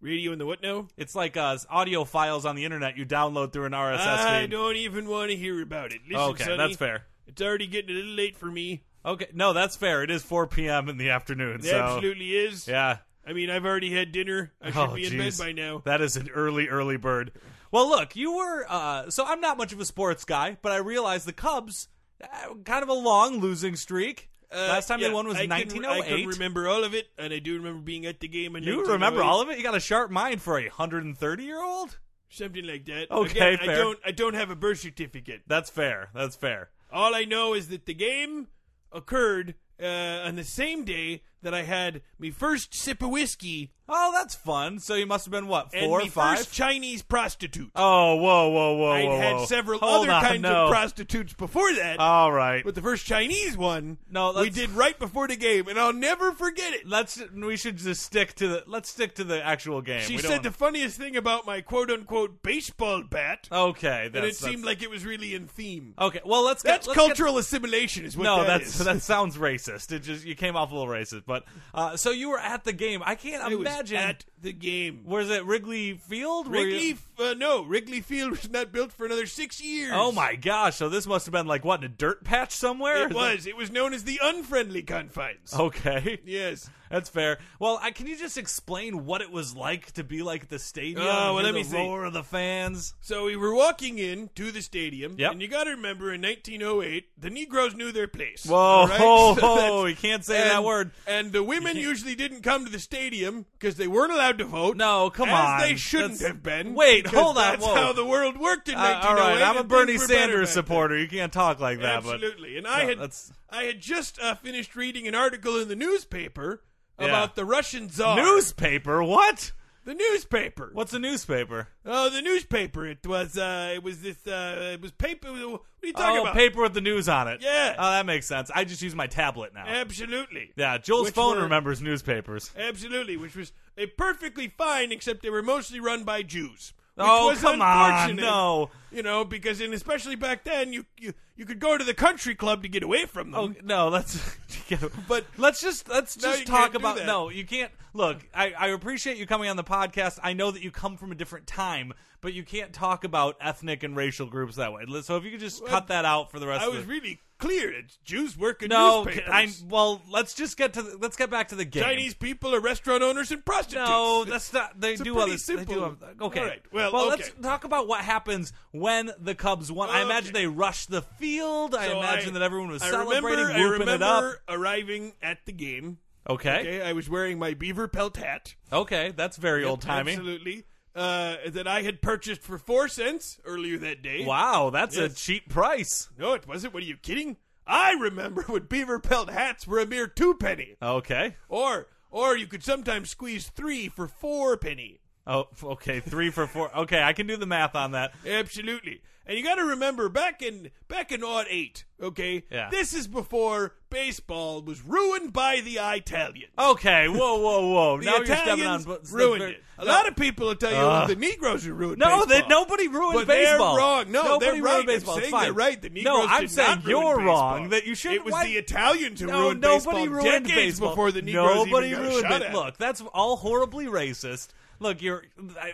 [SPEAKER 2] radio in the what now?
[SPEAKER 1] It's like uh, audio files on the internet you download through an RSS
[SPEAKER 2] I
[SPEAKER 1] feed.
[SPEAKER 2] don't even want to hear about it. Listen,
[SPEAKER 1] okay,
[SPEAKER 2] sonny,
[SPEAKER 1] that's fair.
[SPEAKER 2] It's already getting a little late for me.
[SPEAKER 1] Okay, no, that's fair. It is 4 p.m. in the afternoon,
[SPEAKER 2] It
[SPEAKER 1] so
[SPEAKER 2] absolutely is.
[SPEAKER 1] yeah.
[SPEAKER 2] I mean, I've already had dinner. I should
[SPEAKER 1] Oh,
[SPEAKER 2] be in
[SPEAKER 1] jeez.
[SPEAKER 2] bed by now.
[SPEAKER 1] That is an early, early bird. Well, look, you were uh, so I'm not much of a sports guy, but I realize the Cubs uh, kind of a long losing streak. Last time
[SPEAKER 2] Uh, yeah,
[SPEAKER 1] they won was
[SPEAKER 2] I can- I can
[SPEAKER 1] 1908.
[SPEAKER 2] remember all of it, and I do remember being at the game. In oh
[SPEAKER 1] you remember all of it? You got a sharp mind for a 130 year old.
[SPEAKER 2] something like that.
[SPEAKER 1] Okay,
[SPEAKER 2] Again,
[SPEAKER 1] fair.
[SPEAKER 2] I don't. I don't have a birth certificate.
[SPEAKER 1] That's fair. That's fair.
[SPEAKER 2] All I know is that the game occurred uh, on the same day that I had my first sip of whiskey
[SPEAKER 1] Oh, that's fun. So you must have been what
[SPEAKER 2] and
[SPEAKER 1] four,
[SPEAKER 2] my
[SPEAKER 1] five?
[SPEAKER 2] first Chinese prostitute.
[SPEAKER 1] oh, whoa, whoa, whoa,
[SPEAKER 2] I'd
[SPEAKER 1] whoa, whoa.
[SPEAKER 2] had several
[SPEAKER 1] Hold
[SPEAKER 2] other
[SPEAKER 1] on,
[SPEAKER 2] kinds
[SPEAKER 1] no.
[SPEAKER 2] of prostitutes before that,
[SPEAKER 1] All right.
[SPEAKER 2] but the first Chinese one
[SPEAKER 1] No,
[SPEAKER 2] we
[SPEAKER 1] that's-
[SPEAKER 2] did right before the game, and I'll never forget it.
[SPEAKER 1] Let's. We should just stick to the. Let's stick to the actual game.
[SPEAKER 2] She
[SPEAKER 1] We don't
[SPEAKER 2] said the
[SPEAKER 1] wanna-
[SPEAKER 2] funniest thing about my quote unquote baseball bat,
[SPEAKER 1] Okay. Uh, That's,
[SPEAKER 2] and it
[SPEAKER 1] that's-
[SPEAKER 2] seemed like it was really in theme.
[SPEAKER 1] Okay. Well, let's get.
[SPEAKER 2] that's
[SPEAKER 1] let's get-
[SPEAKER 2] cultural assimilation, is what
[SPEAKER 1] no,
[SPEAKER 2] that
[SPEAKER 1] that's
[SPEAKER 2] is.
[SPEAKER 1] that sounds racist. It just you came off a little racist, but uh, so you were at the game. I can't
[SPEAKER 2] I was
[SPEAKER 1] imagine.
[SPEAKER 2] at the game.
[SPEAKER 1] was it Wrigley Field? Were you-
[SPEAKER 2] Wrigley, f- uh, no, Wrigley Field was not built for another six years.
[SPEAKER 1] oh my gosh! So this must have been like what in a dirt patch somewhere.
[SPEAKER 2] It was. It was known as the unfriendly confines.
[SPEAKER 1] Oh. Okay,
[SPEAKER 2] Yes.
[SPEAKER 1] that's fair. Well, I, can you just explain what it was like to be like at the stadium?
[SPEAKER 2] Oh,
[SPEAKER 1] and
[SPEAKER 2] well,
[SPEAKER 1] hear
[SPEAKER 2] let me
[SPEAKER 1] the
[SPEAKER 2] see.
[SPEAKER 1] roar of the fans.
[SPEAKER 2] So we were walking in to the stadium,
[SPEAKER 1] Yep.
[SPEAKER 2] and you got to remember, in 1908, the Negroes knew their place.
[SPEAKER 1] Whoa,
[SPEAKER 2] All right?
[SPEAKER 1] ho,
[SPEAKER 2] So
[SPEAKER 1] ho,
[SPEAKER 2] that's-
[SPEAKER 1] you can't say that
[SPEAKER 2] and-
[SPEAKER 1] word.
[SPEAKER 2] And the women usually didn't come to the stadium because they weren't allowed to vote.
[SPEAKER 1] No, come
[SPEAKER 2] as
[SPEAKER 1] on.
[SPEAKER 2] they shouldn't
[SPEAKER 1] That's-
[SPEAKER 2] have been.
[SPEAKER 1] Wait,
[SPEAKER 2] because
[SPEAKER 1] hold on,
[SPEAKER 2] That's
[SPEAKER 1] whoa.
[SPEAKER 2] how the world worked in
[SPEAKER 1] Uh,
[SPEAKER 2] 1908.
[SPEAKER 1] all right, I'm a
[SPEAKER 2] and things
[SPEAKER 1] Bernie
[SPEAKER 2] were better
[SPEAKER 1] Sanders
[SPEAKER 2] back then.
[SPEAKER 1] supporter. You can't talk like that, but
[SPEAKER 2] Absolutely. And I
[SPEAKER 1] No,
[SPEAKER 2] had
[SPEAKER 1] that's-
[SPEAKER 2] I had just uh, finished reading an article in the newspaper
[SPEAKER 1] Yeah.
[SPEAKER 2] about the Russian czar.
[SPEAKER 1] newspaper. What?
[SPEAKER 2] The newspaper.
[SPEAKER 1] What's a newspaper?
[SPEAKER 2] Oh, the newspaper. It was. Uh, it was this. Uh, it was paper. What are you talking
[SPEAKER 1] oh,
[SPEAKER 2] about?
[SPEAKER 1] paper with the news on it.
[SPEAKER 2] Yeah.
[SPEAKER 1] Oh, that makes sense. I just use my tablet now.
[SPEAKER 2] Absolutely.
[SPEAKER 1] yeah, Joel's
[SPEAKER 2] Which
[SPEAKER 1] phone
[SPEAKER 2] were-
[SPEAKER 1] remembers newspapers.
[SPEAKER 2] Absolutely, which was a perfectly fine, except they were mostly run by Jews. Which
[SPEAKER 1] oh,
[SPEAKER 2] was
[SPEAKER 1] come on.
[SPEAKER 2] unfortunate,
[SPEAKER 1] No.
[SPEAKER 2] You know, because and especially back then, you, you you could go to the country club to get away from them.
[SPEAKER 1] Oh, no, let's
[SPEAKER 2] But-
[SPEAKER 1] let's just let's
[SPEAKER 2] No,
[SPEAKER 1] just
[SPEAKER 2] you
[SPEAKER 1] talk
[SPEAKER 2] can't do
[SPEAKER 1] about
[SPEAKER 2] that.
[SPEAKER 1] no, you can't. Look, I, I appreciate you coming on the podcast. I know that you come from a different time, but you can't talk about ethnic and racial groups that way. So if you could just cut that out for the rest
[SPEAKER 2] I
[SPEAKER 1] of
[SPEAKER 2] was
[SPEAKER 1] the
[SPEAKER 2] really clear. It's Jews work in
[SPEAKER 1] No,
[SPEAKER 2] newspapers.
[SPEAKER 1] I well, let's just get to the, let's get back to the game.
[SPEAKER 2] Chinese people are restaurant owners and prostitutes.
[SPEAKER 1] No, that's not. They
[SPEAKER 2] a
[SPEAKER 1] do
[SPEAKER 2] pretty
[SPEAKER 1] other. They do
[SPEAKER 2] simple-
[SPEAKER 1] other, okay.
[SPEAKER 2] All right, well,
[SPEAKER 1] let's
[SPEAKER 2] okay.
[SPEAKER 1] talk about what happens when the Cubs won. I
[SPEAKER 2] Okay.
[SPEAKER 1] imagine they rushed the field. I
[SPEAKER 2] So
[SPEAKER 1] imagine
[SPEAKER 2] I-
[SPEAKER 1] that everyone was
[SPEAKER 2] I
[SPEAKER 1] celebrating,
[SPEAKER 2] remember, I
[SPEAKER 1] whooping it up.
[SPEAKER 2] remember arriving at the game.
[SPEAKER 1] Okay. okay,
[SPEAKER 2] Okay, I was wearing my beaver pelt hat.
[SPEAKER 1] that's very old timey.
[SPEAKER 2] Absolutely. Uh, that I had purchased for four cents earlier that day.
[SPEAKER 1] Wow, that's a
[SPEAKER 2] Yes.
[SPEAKER 1] cheap price.
[SPEAKER 2] No, it wasn't. What are you kidding? I remember when beaver pelt hats were a mere two penny,
[SPEAKER 1] Okay.
[SPEAKER 2] or or you could sometimes squeeze three for four penny.
[SPEAKER 1] Oh, f- okay. Three for four. Okay, I can do the math on that.
[SPEAKER 2] Absolutely, and you got to remember back in back in odd eight. Okay,
[SPEAKER 1] Yeah.
[SPEAKER 2] this is before baseball was ruined by the Italians.
[SPEAKER 1] Okay. Whoa, whoa, whoa.
[SPEAKER 2] The
[SPEAKER 1] now
[SPEAKER 2] Italians
[SPEAKER 1] you're stepping on.
[SPEAKER 2] ruined it. A lot of people will tell you "Oh,
[SPEAKER 1] Ugh.
[SPEAKER 2] the Negroes who ruined
[SPEAKER 1] No,
[SPEAKER 2] baseball.
[SPEAKER 1] that nobody ruined
[SPEAKER 2] But they're
[SPEAKER 1] baseball.
[SPEAKER 2] wrong. No,
[SPEAKER 1] nobody
[SPEAKER 2] they're
[SPEAKER 1] ruined
[SPEAKER 2] right. I'm
[SPEAKER 1] baseball. It's
[SPEAKER 2] saying
[SPEAKER 1] fine.
[SPEAKER 2] they're right. The
[SPEAKER 1] no,
[SPEAKER 2] Negroes
[SPEAKER 1] I'm
[SPEAKER 2] did
[SPEAKER 1] saying
[SPEAKER 2] not ruin
[SPEAKER 1] you're
[SPEAKER 2] baseball.
[SPEAKER 1] wrong. That you shouldn't.
[SPEAKER 2] It was
[SPEAKER 1] why-
[SPEAKER 2] the Italians who
[SPEAKER 1] no,
[SPEAKER 2] ruined
[SPEAKER 1] nobody
[SPEAKER 2] baseball
[SPEAKER 1] ruined
[SPEAKER 2] decades
[SPEAKER 1] baseball.
[SPEAKER 2] before the Negroes
[SPEAKER 1] nobody
[SPEAKER 2] even got
[SPEAKER 1] ruined
[SPEAKER 2] shot
[SPEAKER 1] it.
[SPEAKER 2] at.
[SPEAKER 1] Look, that's all horribly racist. Look, you're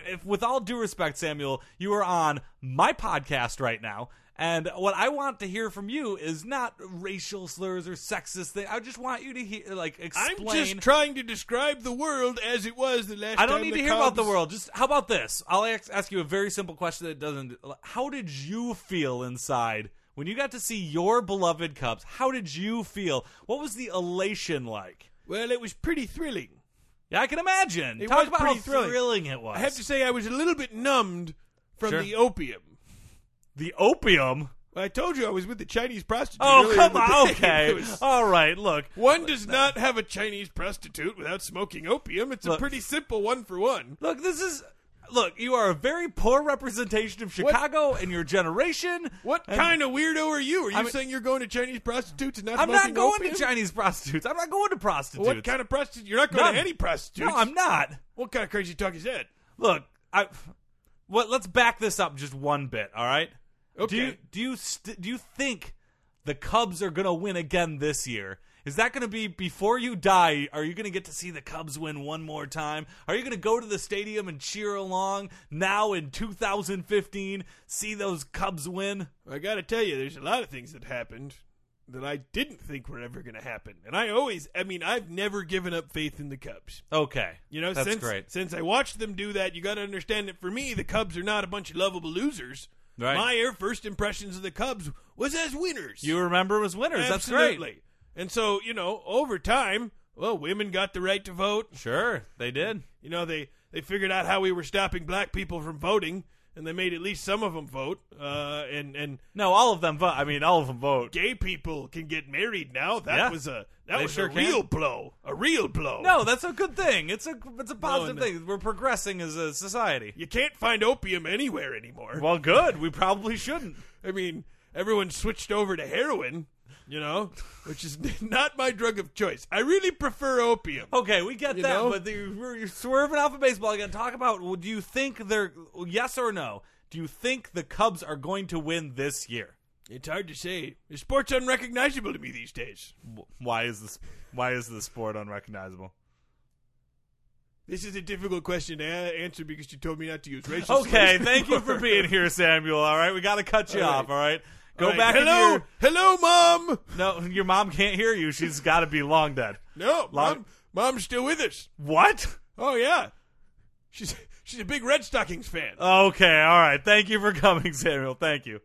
[SPEAKER 1] if, with all due respect, Samuel, you are on my podcast right now. And what I want to hear from you is not racial slurs or sexist thing. I just want you to hear, like,
[SPEAKER 2] I'm
[SPEAKER 1] explain.
[SPEAKER 2] just trying to describe the world as it was the last.
[SPEAKER 1] I don't
[SPEAKER 2] time
[SPEAKER 1] need
[SPEAKER 2] the
[SPEAKER 1] to hear about the
[SPEAKER 2] Cubs-
[SPEAKER 1] world. Just how about this? I'll ask, ask you a very simple question that doesn't. How did you feel inside when you got to see your beloved Cubs? How did you feel? What was the elation like?
[SPEAKER 2] Well, it was pretty thrilling.
[SPEAKER 1] Yeah, I can imagine.
[SPEAKER 2] It
[SPEAKER 1] Talk
[SPEAKER 2] was
[SPEAKER 1] about how
[SPEAKER 2] pretty thrilling.
[SPEAKER 1] it was.
[SPEAKER 2] I have to say, I was a little bit numbed from
[SPEAKER 1] Sure.
[SPEAKER 2] the opium.
[SPEAKER 1] the opium.
[SPEAKER 2] I told you I was with the Chinese prostitute.
[SPEAKER 1] Oh
[SPEAKER 2] earlier in
[SPEAKER 1] come
[SPEAKER 2] the
[SPEAKER 1] on.
[SPEAKER 2] day.
[SPEAKER 1] Okay. Oh,
[SPEAKER 2] It was-
[SPEAKER 1] All right. Look.
[SPEAKER 2] One does not have a Chinese prostitute without smoking opium. It's
[SPEAKER 1] Look.
[SPEAKER 2] a pretty simple one for one.
[SPEAKER 1] Look. This is. Look. You are a very poor representation of Chicago and your generation.
[SPEAKER 2] What
[SPEAKER 1] And-
[SPEAKER 2] kind of weirdo are you? Are you
[SPEAKER 1] I mean-
[SPEAKER 2] saying you're going to Chinese prostitutes and not
[SPEAKER 1] I'm
[SPEAKER 2] smoking
[SPEAKER 1] not going
[SPEAKER 2] opium?
[SPEAKER 1] to Chinese prostitutes. I'm not going to prostitutes.
[SPEAKER 2] What kind of prostitute? You're not going
[SPEAKER 1] None.
[SPEAKER 2] to any prostitutes.
[SPEAKER 1] No, I'm not.
[SPEAKER 2] What kind of crazy talk is that?
[SPEAKER 1] look, I what let's back this up just one bit, all right? Do you
[SPEAKER 2] Okay.
[SPEAKER 1] do you st- do you think the Cubs are going to win again this year? Is that going to be before you die? Are you going to get to see the Cubs win one more time? Are you going to go to the stadium and cheer along now in 2015? See those Cubs win?
[SPEAKER 2] I got to tell you, there's a lot of things that happened that I didn't think were ever going to happen, and I always, I mean, I've never given up faith in the Cubs.
[SPEAKER 1] Okay,
[SPEAKER 2] You know,
[SPEAKER 1] that's
[SPEAKER 2] since
[SPEAKER 1] great.
[SPEAKER 2] since I watched them do that, you got to understand that for me, the Cubs are not a bunch of lovable losers.
[SPEAKER 1] Right.
[SPEAKER 2] My first impressions of the Cubs was as winners.
[SPEAKER 1] You remember as winners. That's
[SPEAKER 2] Absolutely.
[SPEAKER 1] great.
[SPEAKER 2] And so, you know, over time, well, women got the right to vote.
[SPEAKER 1] Sure, they did.
[SPEAKER 2] You know, they they figured out how we were stopping black people from voting, and they made at least some of them vote. Uh, and and
[SPEAKER 1] No, all of them vote. I mean, all of them vote.
[SPEAKER 2] gay people can get married now. That
[SPEAKER 1] Yeah.
[SPEAKER 2] was a that
[SPEAKER 1] They
[SPEAKER 2] was
[SPEAKER 1] sure
[SPEAKER 2] a
[SPEAKER 1] can.
[SPEAKER 2] real blow. A real blow.
[SPEAKER 1] No, that's a good thing. It's a it's a positive
[SPEAKER 2] and-
[SPEAKER 1] thing. We're progressing as a society.
[SPEAKER 2] you can't find opium anywhere anymore.
[SPEAKER 1] Well, good. We probably shouldn't.
[SPEAKER 2] I mean, everyone switched over to heroin, you know, which is not my drug of choice. I really prefer opium.
[SPEAKER 1] Okay, we get
[SPEAKER 2] You
[SPEAKER 1] that,
[SPEAKER 2] know?
[SPEAKER 1] but the, we're, you're swerving off of baseball again. Talk about well, do you think they're yes or no? Do you think the Cubs are going to win this year?
[SPEAKER 2] It's hard to say. The sport's unrecognizable to me these days.
[SPEAKER 1] Why is this? Why is the sport unrecognizable?
[SPEAKER 2] This is a difficult question to a- answer because you told me not to use racial.
[SPEAKER 1] Okay,
[SPEAKER 2] slurs
[SPEAKER 1] thank you for
[SPEAKER 2] before.
[SPEAKER 1] being here, Samuel. All right, we got to cut you
[SPEAKER 2] All right.
[SPEAKER 1] off. All right, go
[SPEAKER 2] All right.
[SPEAKER 1] back. into
[SPEAKER 2] Hello,
[SPEAKER 1] your-
[SPEAKER 2] hello, mom.
[SPEAKER 1] no, your mom can't hear you. She's got to be long dead.
[SPEAKER 2] No,
[SPEAKER 1] Long-
[SPEAKER 2] mom, mom's still with us.
[SPEAKER 1] What?
[SPEAKER 2] Oh yeah, she's she's a big Red Stockings fan.
[SPEAKER 1] Okay, all right. Thank you for coming, Samuel. Thank you.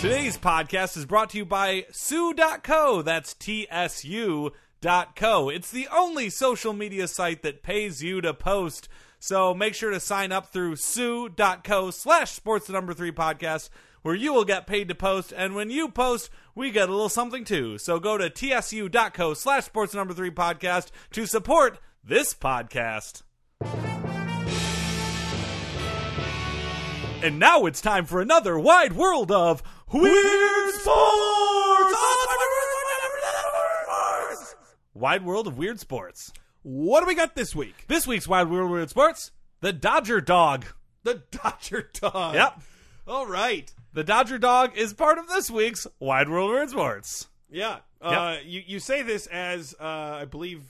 [SPEAKER 1] Today's podcast is brought to you by Sue.co. That's T S U dot co. It's the only social media site that pays you to post. So make sure to sign up through Sue.co slash sports the number three podcast. where you will get paid to post, and when you post, we get a little something too. So go to tsu.co slash sports number three podcast to support this podcast. And now it's time for another wide world of weird sports. Wide world of weird sports.
[SPEAKER 2] What do we got this week?
[SPEAKER 1] This week's wide world of weird sports: the Dodger dog.
[SPEAKER 2] The Dodger dog.
[SPEAKER 1] Yep.
[SPEAKER 2] All right.
[SPEAKER 1] The Dodger dog is part of this week's wide world of weird sports.
[SPEAKER 2] Yeah. Uh, You you say this as uh, I believe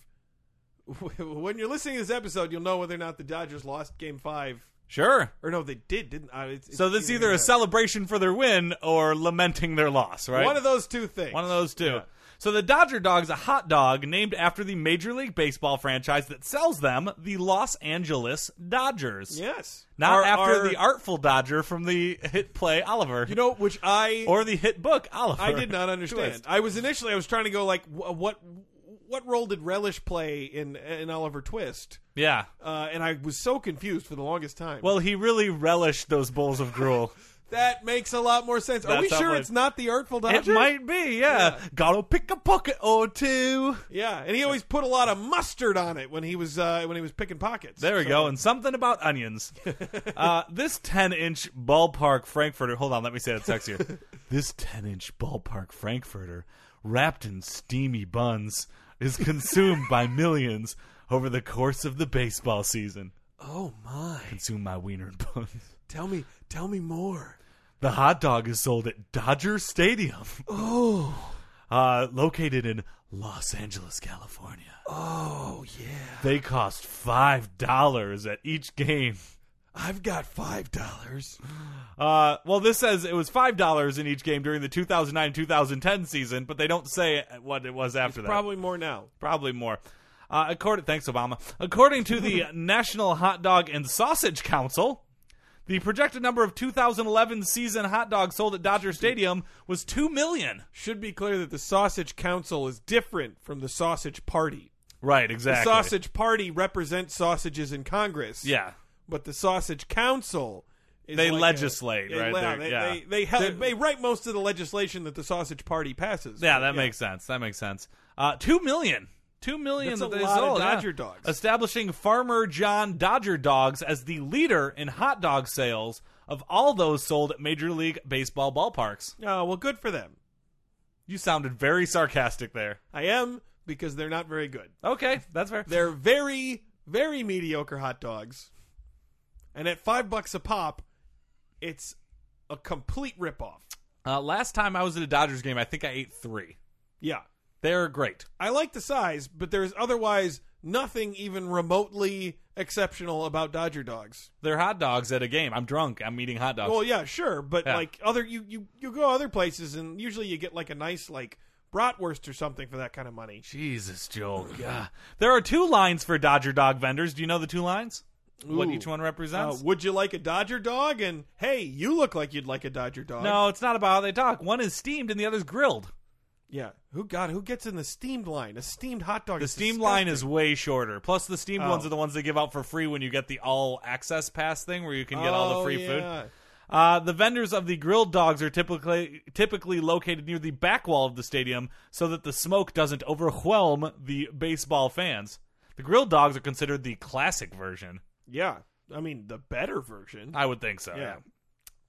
[SPEAKER 2] when you're listening to this episode, you'll know whether or not the Dodgers lost Game Five
[SPEAKER 1] Sure.
[SPEAKER 2] or no, they did, didn't? I, it's,
[SPEAKER 1] So
[SPEAKER 2] it's
[SPEAKER 1] this is either a celebration for their win or lamenting their loss, right?
[SPEAKER 2] one of those two things.
[SPEAKER 1] One of those two.
[SPEAKER 2] Yeah.
[SPEAKER 1] So the Dodger dog's a hot dog named after the Major League Baseball franchise that sells them, the Los Angeles Dodgers.
[SPEAKER 2] Yes.
[SPEAKER 1] Not
[SPEAKER 2] Our-
[SPEAKER 1] after
[SPEAKER 2] our-
[SPEAKER 1] the artful Dodger from the hit play Oliver.
[SPEAKER 2] You know, which I
[SPEAKER 1] or the hit book Oliver.
[SPEAKER 2] I did not understand.
[SPEAKER 1] Twist.
[SPEAKER 2] I was initially I was trying to go like wh- what what role did Relish play in in Oliver Twist?
[SPEAKER 1] Yeah.
[SPEAKER 2] Uh, and I was so confused for the longest time.
[SPEAKER 1] Well, he really relished those bowls of gruel.
[SPEAKER 2] that makes a lot more sense. Are we
[SPEAKER 1] That's how
[SPEAKER 2] sure
[SPEAKER 1] it-
[SPEAKER 2] it's not the Artful
[SPEAKER 1] it
[SPEAKER 2] Dodger?
[SPEAKER 1] might be, yeah. Gotta pick a pocket or two.
[SPEAKER 2] Yeah, and he always put a lot of mustard on it when he was uh, when he was picking pockets.
[SPEAKER 1] There we go, and something about onions. uh, this 10 inch ballpark Frankfurter, hold on, let me say that sexier. this 10 inch ballpark Frankfurter, wrapped in steamy buns, is consumed by millions over the course of the baseball season.
[SPEAKER 2] Oh my!
[SPEAKER 1] Consume my wiener and buns.
[SPEAKER 2] Tell me, tell me more.
[SPEAKER 1] The hot dog is sold at Dodger Stadium,
[SPEAKER 2] Oh,
[SPEAKER 1] uh, located in Los Angeles, California.
[SPEAKER 2] oh yeah!
[SPEAKER 1] They cost $5 at each game.
[SPEAKER 2] I've got five dollars.
[SPEAKER 1] Uh, well, this says it was five dollars in each game during the 2009-2010 season, but they don't say what it was after that.
[SPEAKER 2] Probably more now.
[SPEAKER 1] Probably more. Uh, according, thanks Obama. According to the National Hot Dog and Sausage Council, the projected number of 2011 season hot dogs sold at Dodger Stadium was two million.
[SPEAKER 2] Should be clear that the Sausage Council is different from the Sausage Party.
[SPEAKER 1] Right,
[SPEAKER 2] The
[SPEAKER 1] exactly.
[SPEAKER 2] Sausage Party represents sausages in Congress.
[SPEAKER 1] Yeah,
[SPEAKER 2] but the Sausage Council. Is
[SPEAKER 1] They
[SPEAKER 2] like a-
[SPEAKER 1] legislate,
[SPEAKER 2] they-
[SPEAKER 1] right?
[SPEAKER 2] yeah,
[SPEAKER 1] They're-
[SPEAKER 2] They,
[SPEAKER 1] yeah.
[SPEAKER 2] they, they, hel- they write most of the legislation that the Sausage Party passes.
[SPEAKER 1] yeah, that makes sense. That makes sense. Uh, two million. Two million
[SPEAKER 2] That's
[SPEAKER 1] that
[SPEAKER 2] a
[SPEAKER 1] they
[SPEAKER 2] lot of
[SPEAKER 1] sold. yeah.
[SPEAKER 2] Dodger dogs.
[SPEAKER 1] establishing Farmer John Dodger Dogs as the leader in hot dog sales of all those sold at Major League Baseball ballparks.
[SPEAKER 2] Oh, well, good for them.
[SPEAKER 1] You sounded very sarcastic there.
[SPEAKER 2] I am because they're not very good.
[SPEAKER 1] Okay, that's fair.
[SPEAKER 2] They're very, very mediocre hot dogs. And at five bucks a pop, it's a complete ripoff.
[SPEAKER 1] Uh, last time I was at a Dodgers game, I think I ate three.
[SPEAKER 2] Yeah.
[SPEAKER 1] They're great.
[SPEAKER 2] I like the size, but there's otherwise nothing even remotely exceptional about Dodger dogs.
[SPEAKER 1] They're hot dogs at a game. I'm drunk. I'm eating hot dogs.
[SPEAKER 2] Well, yeah, sure, but
[SPEAKER 1] Yeah.
[SPEAKER 2] like other you, you you go other places and usually you get like a nice like bratwurst or something for that kind of money.
[SPEAKER 1] Jesus, Joel. God. There are two lines for Dodger dog vendors. Do you know the two lines? What
[SPEAKER 2] Ooh.
[SPEAKER 1] each one
[SPEAKER 2] Uh,
[SPEAKER 1] represents?
[SPEAKER 2] would you like a Dodger dog? And hey, you look like you'd like a Dodger dog.
[SPEAKER 1] no, it's not about how they talk. One is steamed and the other's grilled.
[SPEAKER 2] Yeah. Who God? Who gets in the steamed line? A steamed hot dog.
[SPEAKER 1] The steam line is way shorter. Plus, the steamed
[SPEAKER 2] Oh.
[SPEAKER 1] ones are the ones they give out for free when you get the all access pass thing, where you can get all
[SPEAKER 2] Oh,
[SPEAKER 1] the free food. Uh, the vendors of the grilled dogs are typically typically located near the back wall of the stadium, so that the smoke doesn't overwhelm the baseball fans. The grilled dogs are considered the classic version.
[SPEAKER 2] Yeah. I mean, the better version.
[SPEAKER 1] I would think so.
[SPEAKER 2] Yeah.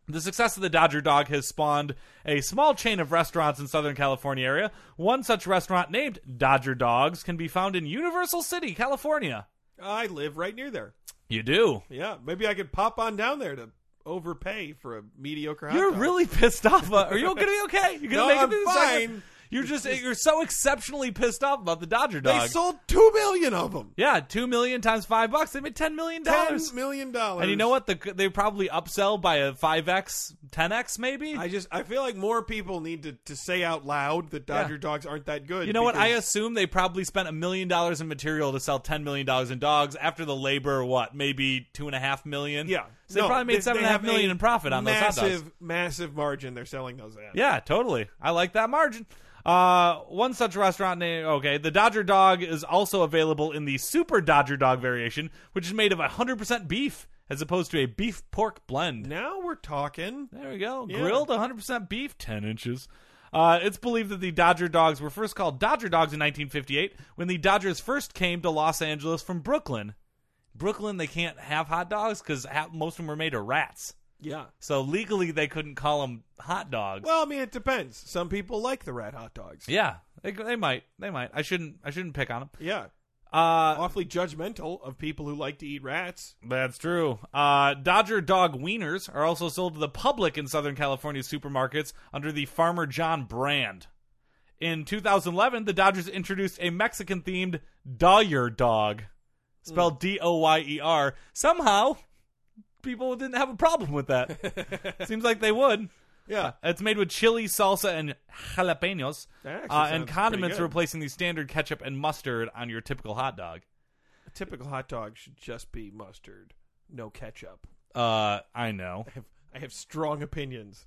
[SPEAKER 1] The success of the Dodger Dog has spawned a small chain of restaurants in Southern California area. One such restaurant named Dodger Dogs can be found in Universal City, California.
[SPEAKER 2] I live right near there.
[SPEAKER 1] You do.
[SPEAKER 2] Yeah. Maybe I could pop on down there to overpay for a mediocre hot
[SPEAKER 1] You're
[SPEAKER 2] dog.
[SPEAKER 1] really pissed off. uh, Are you gonna be okay? You're gonna
[SPEAKER 2] Uh-huh. No,
[SPEAKER 1] make it
[SPEAKER 2] I'm
[SPEAKER 1] through the second-
[SPEAKER 2] fine.
[SPEAKER 1] You're just you're so exceptionally pissed off about the Dodger
[SPEAKER 2] They
[SPEAKER 1] dog.
[SPEAKER 2] sold two million of them.
[SPEAKER 1] yeah, two million times five bucks. They made ten million
[SPEAKER 2] Ten
[SPEAKER 1] dollars.
[SPEAKER 2] million dollars.
[SPEAKER 1] And you know what? The, they probably upsell by a five x, ten x, maybe.
[SPEAKER 2] I just I feel like more people need to, to say out loud that Dodger dogs aren't that good.
[SPEAKER 1] you know what? I
[SPEAKER 2] because-
[SPEAKER 1] assume they probably spent a million dollars in material to sell ten million dollars in dogs. After the labor, what maybe two and a half million?
[SPEAKER 2] yeah.
[SPEAKER 1] so they
[SPEAKER 2] No,
[SPEAKER 1] probably made seven and a half
[SPEAKER 2] have
[SPEAKER 1] million in profit on those hot
[SPEAKER 2] massive,
[SPEAKER 1] dogs.
[SPEAKER 2] Massive margin they're selling those at.
[SPEAKER 1] Yeah, totally. I like that margin. Uh, one such restaurant name. Okay, the Dodger Dog is also available in the Super Dodger Dog variation, which is made of 100% beef as opposed to a beef pork blend.
[SPEAKER 2] Now we're talking.
[SPEAKER 1] There we go.
[SPEAKER 2] Yeah.
[SPEAKER 1] Grilled 100% beef, 10 inches. Uh, it's believed that the Dodger dogs were first called Dodger dogs in 1958 when the Dodgers first came to Los Angeles from Brooklyn. Brooklyn, they can't have hot dogs because most of them were made of rats.
[SPEAKER 2] Yeah.
[SPEAKER 1] So legally, they couldn't call them hot dogs.
[SPEAKER 2] Well, I mean, it depends. Some people like the rat hot dogs.
[SPEAKER 1] yeah, they, they might. They might. I shouldn't. I shouldn't pick on them.
[SPEAKER 2] Yeah.
[SPEAKER 1] Uh,
[SPEAKER 2] Awfully judgmental of people who like to eat rats.
[SPEAKER 1] That's true. Uh, Dodger dog wieners are also sold to the public in Southern California supermarkets under the Farmer John brand. In 2011, the Dodgers introduced a Mexican themed Dyer dog, spelled D O Y E R. Somehow, people didn't have a problem with that. Seems like they would.
[SPEAKER 2] Yeah.
[SPEAKER 1] It's made with chili, salsa, and jalapenos,
[SPEAKER 2] That actually
[SPEAKER 1] uh,
[SPEAKER 2] sounds
[SPEAKER 1] and
[SPEAKER 2] pretty
[SPEAKER 1] condiments
[SPEAKER 2] good.
[SPEAKER 1] replacing the standard ketchup and mustard on your typical hot dog.
[SPEAKER 2] A typical hot dog should just be mustard, no ketchup.
[SPEAKER 1] Uh, I know.
[SPEAKER 2] I have, I have strong opinions.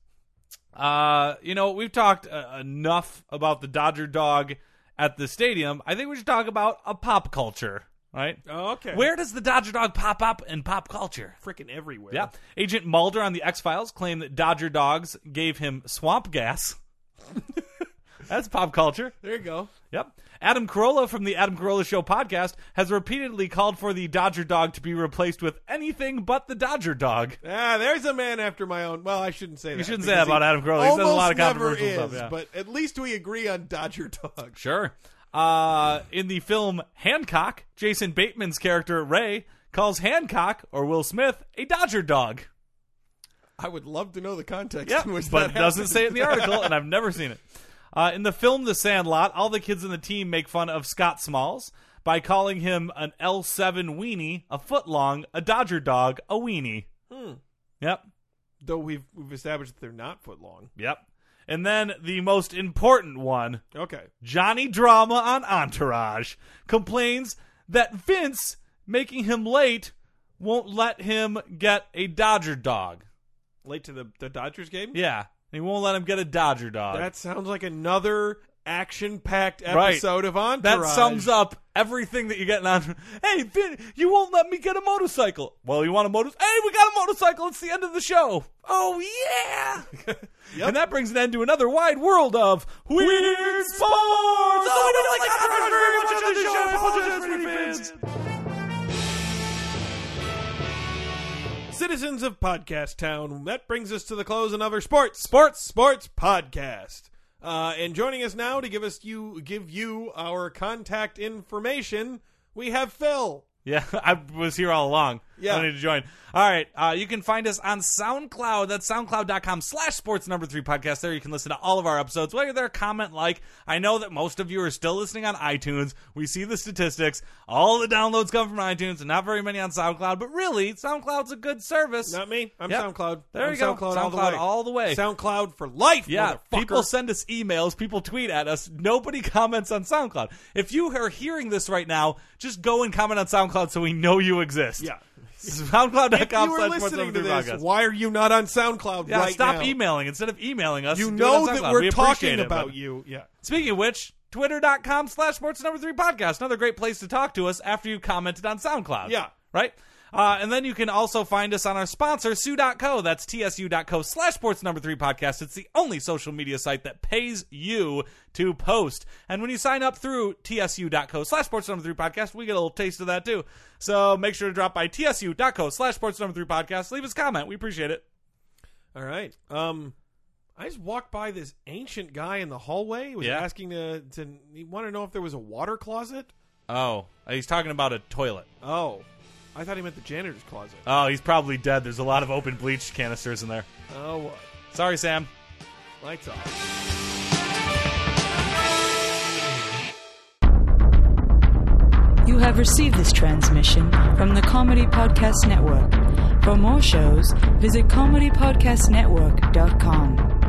[SPEAKER 1] Uh, you know, we've talked uh, enough about the Dodger dog at the stadium. I think we should talk about a pop culture, right?
[SPEAKER 2] Okay.
[SPEAKER 1] Where does the Dodger dog pop up in pop culture?
[SPEAKER 2] Freaking everywhere.
[SPEAKER 1] Yeah. Agent Mulder on the X Files claimed that Dodger dogs gave him swamp gas. That's pop culture.
[SPEAKER 2] There you go.
[SPEAKER 1] Yep. Adam Carolla from the Adam Carolla Show podcast has repeatedly called for the Dodger dog to be replaced with anything but the Dodger dog.
[SPEAKER 2] Ah, there's a man after my own. Well, I shouldn't say that. You
[SPEAKER 1] shouldn't say that about Adam Carolla. He says a lot of controversial stuff, yeah.
[SPEAKER 2] But at least we agree on Dodger Dog.
[SPEAKER 1] Sure. Uh, in the film Hancock, Jason Bateman's character Ray calls Hancock or Will Smith a Dodger dog.
[SPEAKER 2] I would love to know the context
[SPEAKER 1] Yeah,
[SPEAKER 2] in which
[SPEAKER 1] but
[SPEAKER 2] that
[SPEAKER 1] doesn't
[SPEAKER 2] happened.
[SPEAKER 1] say it in the article, and I've never seen it. Uh, in the film The Sandlot, all the kids in the team make fun of Scott Smalls by calling him an L7 weenie, a foot long, a Dodger dog, a weenie. Yep,
[SPEAKER 2] Though we've we've established that they're not foot long.
[SPEAKER 1] yep. And then the most important one,
[SPEAKER 2] Okay.
[SPEAKER 1] Johnny Drama on Entourage complains that Vince making him late won't let him get a Dodger dog.
[SPEAKER 2] Late to the, the Dodgers game?
[SPEAKER 1] Yeah, he won't let him get a Dodger dog.
[SPEAKER 2] That sounds like another action packed
[SPEAKER 1] Right.
[SPEAKER 2] episode of Entourage.
[SPEAKER 1] that sums up everything that you get in Entourage. Hey, Vin, you won't let me get a motorcycle. Well, you want a motorcycle? Hey, we got a motorcycle. It's the end of the show. Oh yeah!
[SPEAKER 2] Yep.
[SPEAKER 1] And that brings an end to another wide world of weird, sports. Oh, we don't like Entourage very much on this show. I apologize for any fans.
[SPEAKER 2] Citizens of Podcast Town. That brings us to the close of another sports
[SPEAKER 1] Sports.
[SPEAKER 2] sports podcast. Uh, and joining us now to give us you give you our contact information, we have Phil.
[SPEAKER 1] Yeah, I was here all along.
[SPEAKER 2] Yeah.
[SPEAKER 1] I need to join. All right. Uh, you can find us on SoundCloud. That's soundcloud.com slash sports number three podcast. There you can listen to all of our episodes. While you're there, comment, like. I know that most of you are still listening on iTunes. We see the statistics. All the downloads come from iTunes and not very many on SoundCloud, but really, SoundCloud's a good service.
[SPEAKER 2] Not me. I'm
[SPEAKER 1] Yep.
[SPEAKER 2] SoundCloud.
[SPEAKER 1] There
[SPEAKER 2] I'm
[SPEAKER 1] you go.
[SPEAKER 2] SoundCloud, all, the
[SPEAKER 1] SoundCloud
[SPEAKER 2] way.
[SPEAKER 1] all the way.
[SPEAKER 2] SoundCloud for life.
[SPEAKER 1] Yeah,
[SPEAKER 2] motherfucker.
[SPEAKER 1] people send us emails, people tweet at us. Nobody comments on SoundCloud. If you are hearing this right now, just go and comment on SoundCloud so we know you exist.
[SPEAKER 2] Yeah. If
[SPEAKER 1] SoundCloud.com
[SPEAKER 2] you are
[SPEAKER 1] slash
[SPEAKER 2] listening to
[SPEAKER 1] 173
[SPEAKER 2] this,
[SPEAKER 1] podcast.
[SPEAKER 2] why are you not on SoundCloud
[SPEAKER 1] Yeah,
[SPEAKER 2] right
[SPEAKER 1] stop
[SPEAKER 2] now?
[SPEAKER 1] emailing. Instead of emailing us,
[SPEAKER 2] You
[SPEAKER 1] do it
[SPEAKER 2] know
[SPEAKER 1] on
[SPEAKER 2] that
[SPEAKER 1] SoundCloud.
[SPEAKER 2] we're
[SPEAKER 1] We appreciate
[SPEAKER 2] talking
[SPEAKER 1] it,
[SPEAKER 2] about
[SPEAKER 1] but-
[SPEAKER 2] you. Yeah.
[SPEAKER 1] Speaking of which, twitter.com slash sports number three podcast. Another great place to talk to us after you commented on SoundCloud.
[SPEAKER 2] Yeah.
[SPEAKER 1] Right? Uh, and then you can also find us on our sponsor, Sue.co. That's TSU.co slash sports number three podcast. It's the only social media site that pays you to post. And when you sign up through TSU.co slash sports number three podcast, we get a little taste of that too. So make sure to drop by TSU.co slash sports number three podcast. Leave us a comment. We appreciate it.
[SPEAKER 2] All right. Um, I just walked by this ancient guy in the hallway. Was
[SPEAKER 1] Yeah.
[SPEAKER 2] asking to to he wanted to know if there was a water closet.
[SPEAKER 1] Oh, he's talking about a toilet.
[SPEAKER 2] Oh, I thought he meant the janitor's closet.
[SPEAKER 1] Oh, he's probably dead. There's a lot of open bleach canisters in there.
[SPEAKER 2] Oh, well.
[SPEAKER 1] Sorry, Sam.
[SPEAKER 2] lights off.
[SPEAKER 3] You have received this transmission from the Comedy Podcast Network. For more shows, visit comedypodcastnetwork.com.